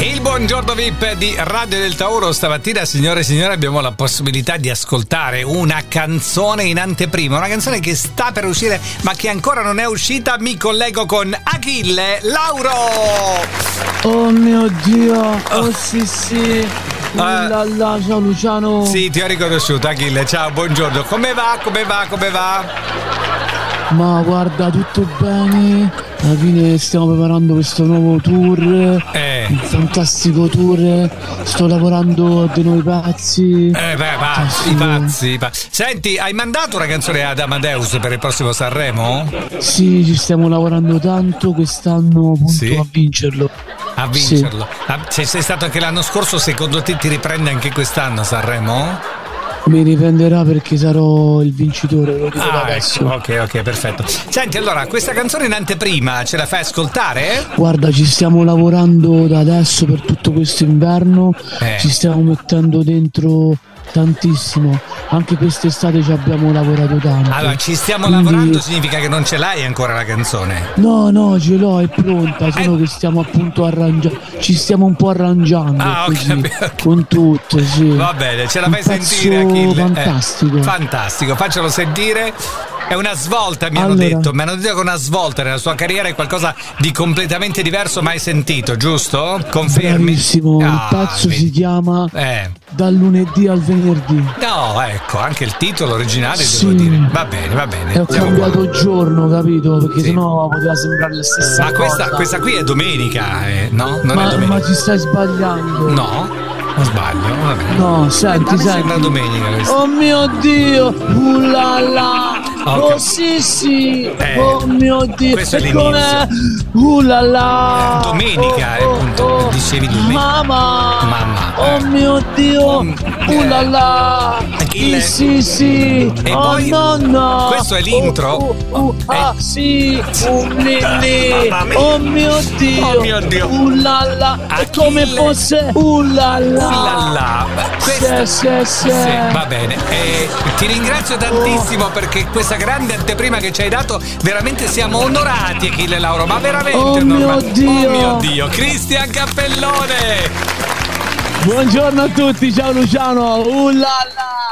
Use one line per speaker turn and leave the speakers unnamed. Il buongiorno VIP di Radio del Tauro. Stamattina, signore e signori, abbiamo la possibilità di ascoltare una canzone in anteprima. Una canzone che sta per uscire, ma che ancora non è uscita. Mi collego con Achille Lauro.
Oh mio dio, oh sì sì.
Ah.
là, là, ciao Luciano.
Sì, ti ho riconosciuto, Achille. Ciao, buongiorno. Come va? Come va? Come va?
Ma guarda, tutto bene. Alla fine stiamo preparando questo nuovo tour. Un
Eh,
fantastico tour. Sto lavorando a dei nuovi pazzi.
eh beh, pazzi, pazzi, pazzi. Senti, hai mandato una canzone ad Amadeus per il prossimo Sanremo?
Sì, ci stiamo lavorando tanto. Quest'anno punto
Sì.
a vincerlo.
A
Sì.
vincerlo. Ah, Ci sei stato anche l'anno scorso, secondo te ti riprende anche quest'anno Sanremo?
Mi riprenderà perché sarò il vincitore, lo dico da
Ah,
adesso.
ecco, ok, ok, perfetto. Senti, allora, questa canzone in anteprima ce la fai ascoltare?
Guarda, ci stiamo lavorando da adesso per tutto questo inverno,
Eh.
ci stiamo mettendo dentro tantissimo, anche quest'estate ci abbiamo lavorato tanto.
Allora, ci stiamo
Quindi-
lavorando, significa che non ce l'hai ancora la canzone.
No, no, ce l'ho, è pronta, solo
Eh.
che stiamo appunto arrangiando, ci stiamo un po' arrangiando
Ah, ok,
così,
ok.
con tutto, sì.
Va bene, ce la
Un
fai sentire,
pezzo
Achille. Eh,
Fantastico.
fantastico, faccelo sentire. È una svolta, mi hanno
Allora.
detto. Mi hanno detto che una svolta nella sua carriera è qualcosa di completamente diverso mai sentito, giusto? Confermi?
Bravissimo, il
Ah,
pezzo si
vedi.
chiama
Eh.
Dal lunedì al venerdì.
No, ecco, anche il titolo originale
Sì.
devo dire. Va bene, va bene.
E ho
Siamo qua.
cambiato giorno, capito? Perché
Sì.
sennò poteva sembrare la stessa
Ma
cosa.
questa, questa qui è domenica, eh, no? Non è
Ma, ma
domenica.
ti stai sbagliando?
No, non sbaglio, va bene.
No,
A
senti,
me sembra
senti.
domenica questa.
Oh mio dio! Uh la la!
Ah, ok.
Oh sì sì!
Eh,
oh mio dio!
questo è
E
l'inizio.
com'è? Uh la la!
Eh, domenica, eh, appunto, dicevi domenica.
oh. Mamma!
Mamma, eh.
Oh mio dio!
Mm,
Uh
eh.
la la!
Achille.
Eh, sì sì!
E
oh
poi-
nonna!
questo è l'intro?
Uh, uh, uh,
Eh.
ah sì! Uh nini!
Mamma mia.
Oh mio dio!
Oh mio Dio.
Uh la la! È
Achille.
come fosse uh la la!
Ullala. Questa-
Sì, sì, sì.
Sì, va bene. Eh, ti ringrazio tantissimo perché questa grande anteprima che ci hai dato, veramente siamo onorati, Achille Lauro. Ma veramente
Oh
onorati.
mio Dio.
Oh mio Dio, Cristian Cappellone!
Buongiorno a tutti, ciao Luciano! Uh la la!